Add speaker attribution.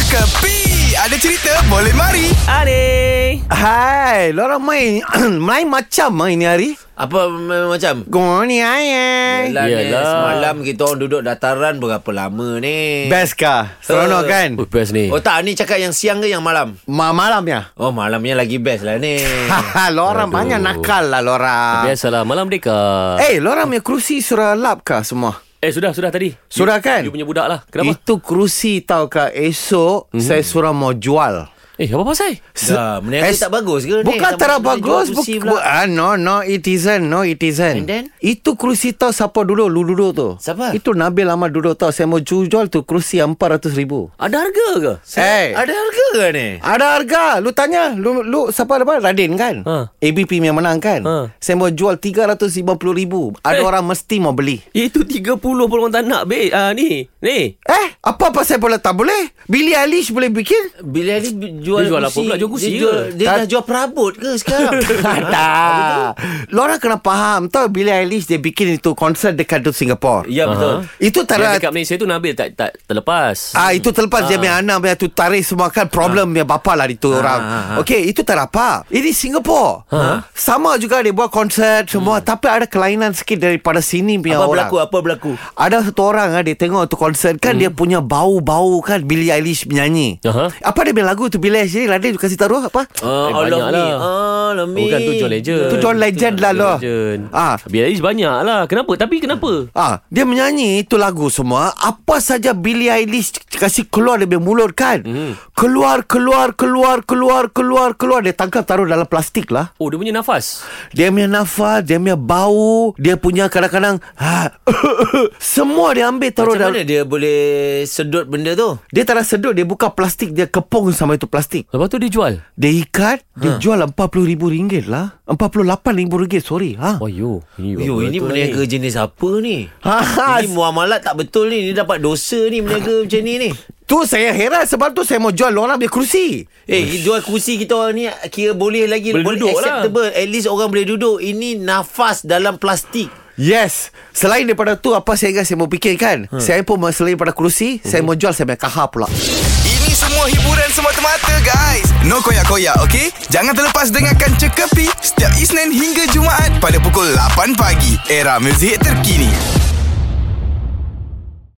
Speaker 1: Kepi Ada cerita boleh mari
Speaker 2: Ari.
Speaker 3: Hai, lorang main main macam main ni hari.
Speaker 4: Apa m- macam?
Speaker 3: Gua ni ayah.
Speaker 4: Yalah, ni,
Speaker 2: Yelah.
Speaker 4: semalam kita orang duduk dataran berapa lama ni?
Speaker 3: Best kah? Seronok
Speaker 4: Eh.
Speaker 3: kan?
Speaker 2: Oh, best ni.
Speaker 4: Oh tak, ni cakap yang siang ke yang malam?
Speaker 3: Ma malamnya.
Speaker 4: Oh malamnya lagi best lah ni.
Speaker 3: Haha, lorang
Speaker 2: Aduh.
Speaker 3: banyak nakal lah lorang.
Speaker 2: Biasalah malam deka.
Speaker 4: lah.
Speaker 2: Eh,
Speaker 3: Eh, lorang punya kerusi surah lap kah semua?
Speaker 2: eh sudah sudah tadi. You-
Speaker 3: Sudah kan?
Speaker 2: You punya budak lah. Kenapa?
Speaker 3: Itu kerusi tau kah esok
Speaker 4: Mhm.
Speaker 3: mm-hmm. saya surah mau jual.
Speaker 2: Eh, apa pasal?
Speaker 3: Se-
Speaker 4: Dah, meniaga tak bagus ke Ya, ni?
Speaker 3: Bukan
Speaker 4: Sama
Speaker 3: tak
Speaker 4: kita
Speaker 3: bagus
Speaker 4: jual
Speaker 3: buk,
Speaker 4: kerusi
Speaker 3: bu,
Speaker 4: pula.
Speaker 3: ah, No no it isn't No it isn't
Speaker 4: And then?
Speaker 3: Itu kerusi tau siapa dulu Lu dulu tu
Speaker 4: Siapa?
Speaker 3: Itu Nabil Ahmad dulu tau Saya mau jual tu kerusi 400 ribu
Speaker 2: Ada harga ke?
Speaker 3: Eh
Speaker 4: Ada harga ke ni?
Speaker 3: Ada harga. Lu tanya. Lu, lu siapa apa? Radin kan?
Speaker 2: Ha.
Speaker 3: ABP yang menang kan?
Speaker 2: Ha.
Speaker 3: Saya mau jual 350 ribu.
Speaker 2: Eh.
Speaker 3: Ada orang mesti mau beli.
Speaker 2: Itu 30 pun orang tak nak, be. Ah, ni. Ni.
Speaker 3: Eh, apa pasal boleh tak boleh? Billy Eilish boleh bikin?
Speaker 4: Bila dia jual
Speaker 2: Dia jual apa pula? Jual kerusi ke?
Speaker 4: dia, jual, dia
Speaker 3: Tak-
Speaker 4: dah jual perabot ke sekarang?
Speaker 3: Tak. Lorang kena faham tau Billy Eilish dia bikin itu konsert dekat tu Singapura.
Speaker 4: Ya betul.
Speaker 3: Itu tak
Speaker 2: Yang
Speaker 3: ada
Speaker 2: dekat Malaysia tu Nabil tak tak terlepas.
Speaker 3: Ah itu terlepas dia punya anak punya tu tarik semua kan problem
Speaker 4: Ah.
Speaker 3: dia bapa lah itu orang. Okey itu tak ada apa. Ini Singapura.
Speaker 4: Ha?
Speaker 3: Sama juga dia buat konsert semua tapi ada kelainan sikit daripada sini punya
Speaker 4: Hmm. Apa
Speaker 3: orang.
Speaker 4: berlaku? Apa berlaku? Hmm.
Speaker 3: Ada satu orang ah, dia tengok tu konsert kan dia punya bau-bau kan Billie Eilish menyanyi.
Speaker 2: Aha.
Speaker 3: Apa dia punya lagu tu Billie Eilish ni Radin kasih taruh apa?
Speaker 4: all
Speaker 2: Ah, eh,
Speaker 4: of
Speaker 2: banyak
Speaker 4: me,
Speaker 2: lah.
Speaker 4: all of me.
Speaker 2: Bukan tu John Legend.
Speaker 3: Tu John Legend lah,
Speaker 2: John
Speaker 3: loh.
Speaker 2: Legend.
Speaker 3: Ah.
Speaker 2: Ah. Biar banyak lah. Kenapa? Tapi kenapa?
Speaker 3: Ah, dia menyanyi itu lagu semua. Apa saja Billie Eilish kasih keluar dia punya mulut kan.
Speaker 4: Hmm.
Speaker 3: Mm. Keluar, keluar, keluar, keluar, keluar, keluar. Dia tangkap taruh dalam plastik lah.
Speaker 2: Oh, dia punya nafas.
Speaker 3: Dia punya nafas, dia punya bau, dia punya kadang-kadang ha, semua dia ambil taruh
Speaker 4: Macam
Speaker 3: dalam.
Speaker 4: mana dia boleh sedut benda tu?
Speaker 3: Dia tak ada sedut, dia buka plastik, dia kepung sama itu plastik.
Speaker 2: Lepas tu dia jual.
Speaker 3: Dia ikat,
Speaker 4: Ha.
Speaker 3: dia jual RM40,000 lah. RM48,000, sorry. Ha.
Speaker 2: Oh, yo.
Speaker 4: Yo,
Speaker 2: apa
Speaker 4: ini
Speaker 2: betul
Speaker 4: meniaga
Speaker 2: ni?
Speaker 4: jenis apa ni?
Speaker 3: Ha,
Speaker 4: ini muamalat tak betul ni. Ini dapat dosa ni meniaga macam ni ni.
Speaker 3: Tu saya heran sebab tu saya mau jual orang punya kerusi.
Speaker 4: Eh, jual kursi kita orang ni kira boleh lagi.
Speaker 2: Boleh duduk lah.
Speaker 4: acceptable. At least orang boleh duduk. Ini nafas dalam plastik.
Speaker 3: Yes Selain daripada tu Apa saya ingat saya mau fikir kan
Speaker 4: Ha.
Speaker 3: hmm. Saya pun mau- selain daripada kerusi hmm. Saya
Speaker 4: Mhm.
Speaker 3: mau jual saya punya kahar pula
Speaker 1: Ini semua hiburan semata-mata guys No koyak-koyak ok Jangan terlepas dengarkan Cekapi Setiap Isnin hingga Jumaat Pada pukul 8 pagi Era muzik terkini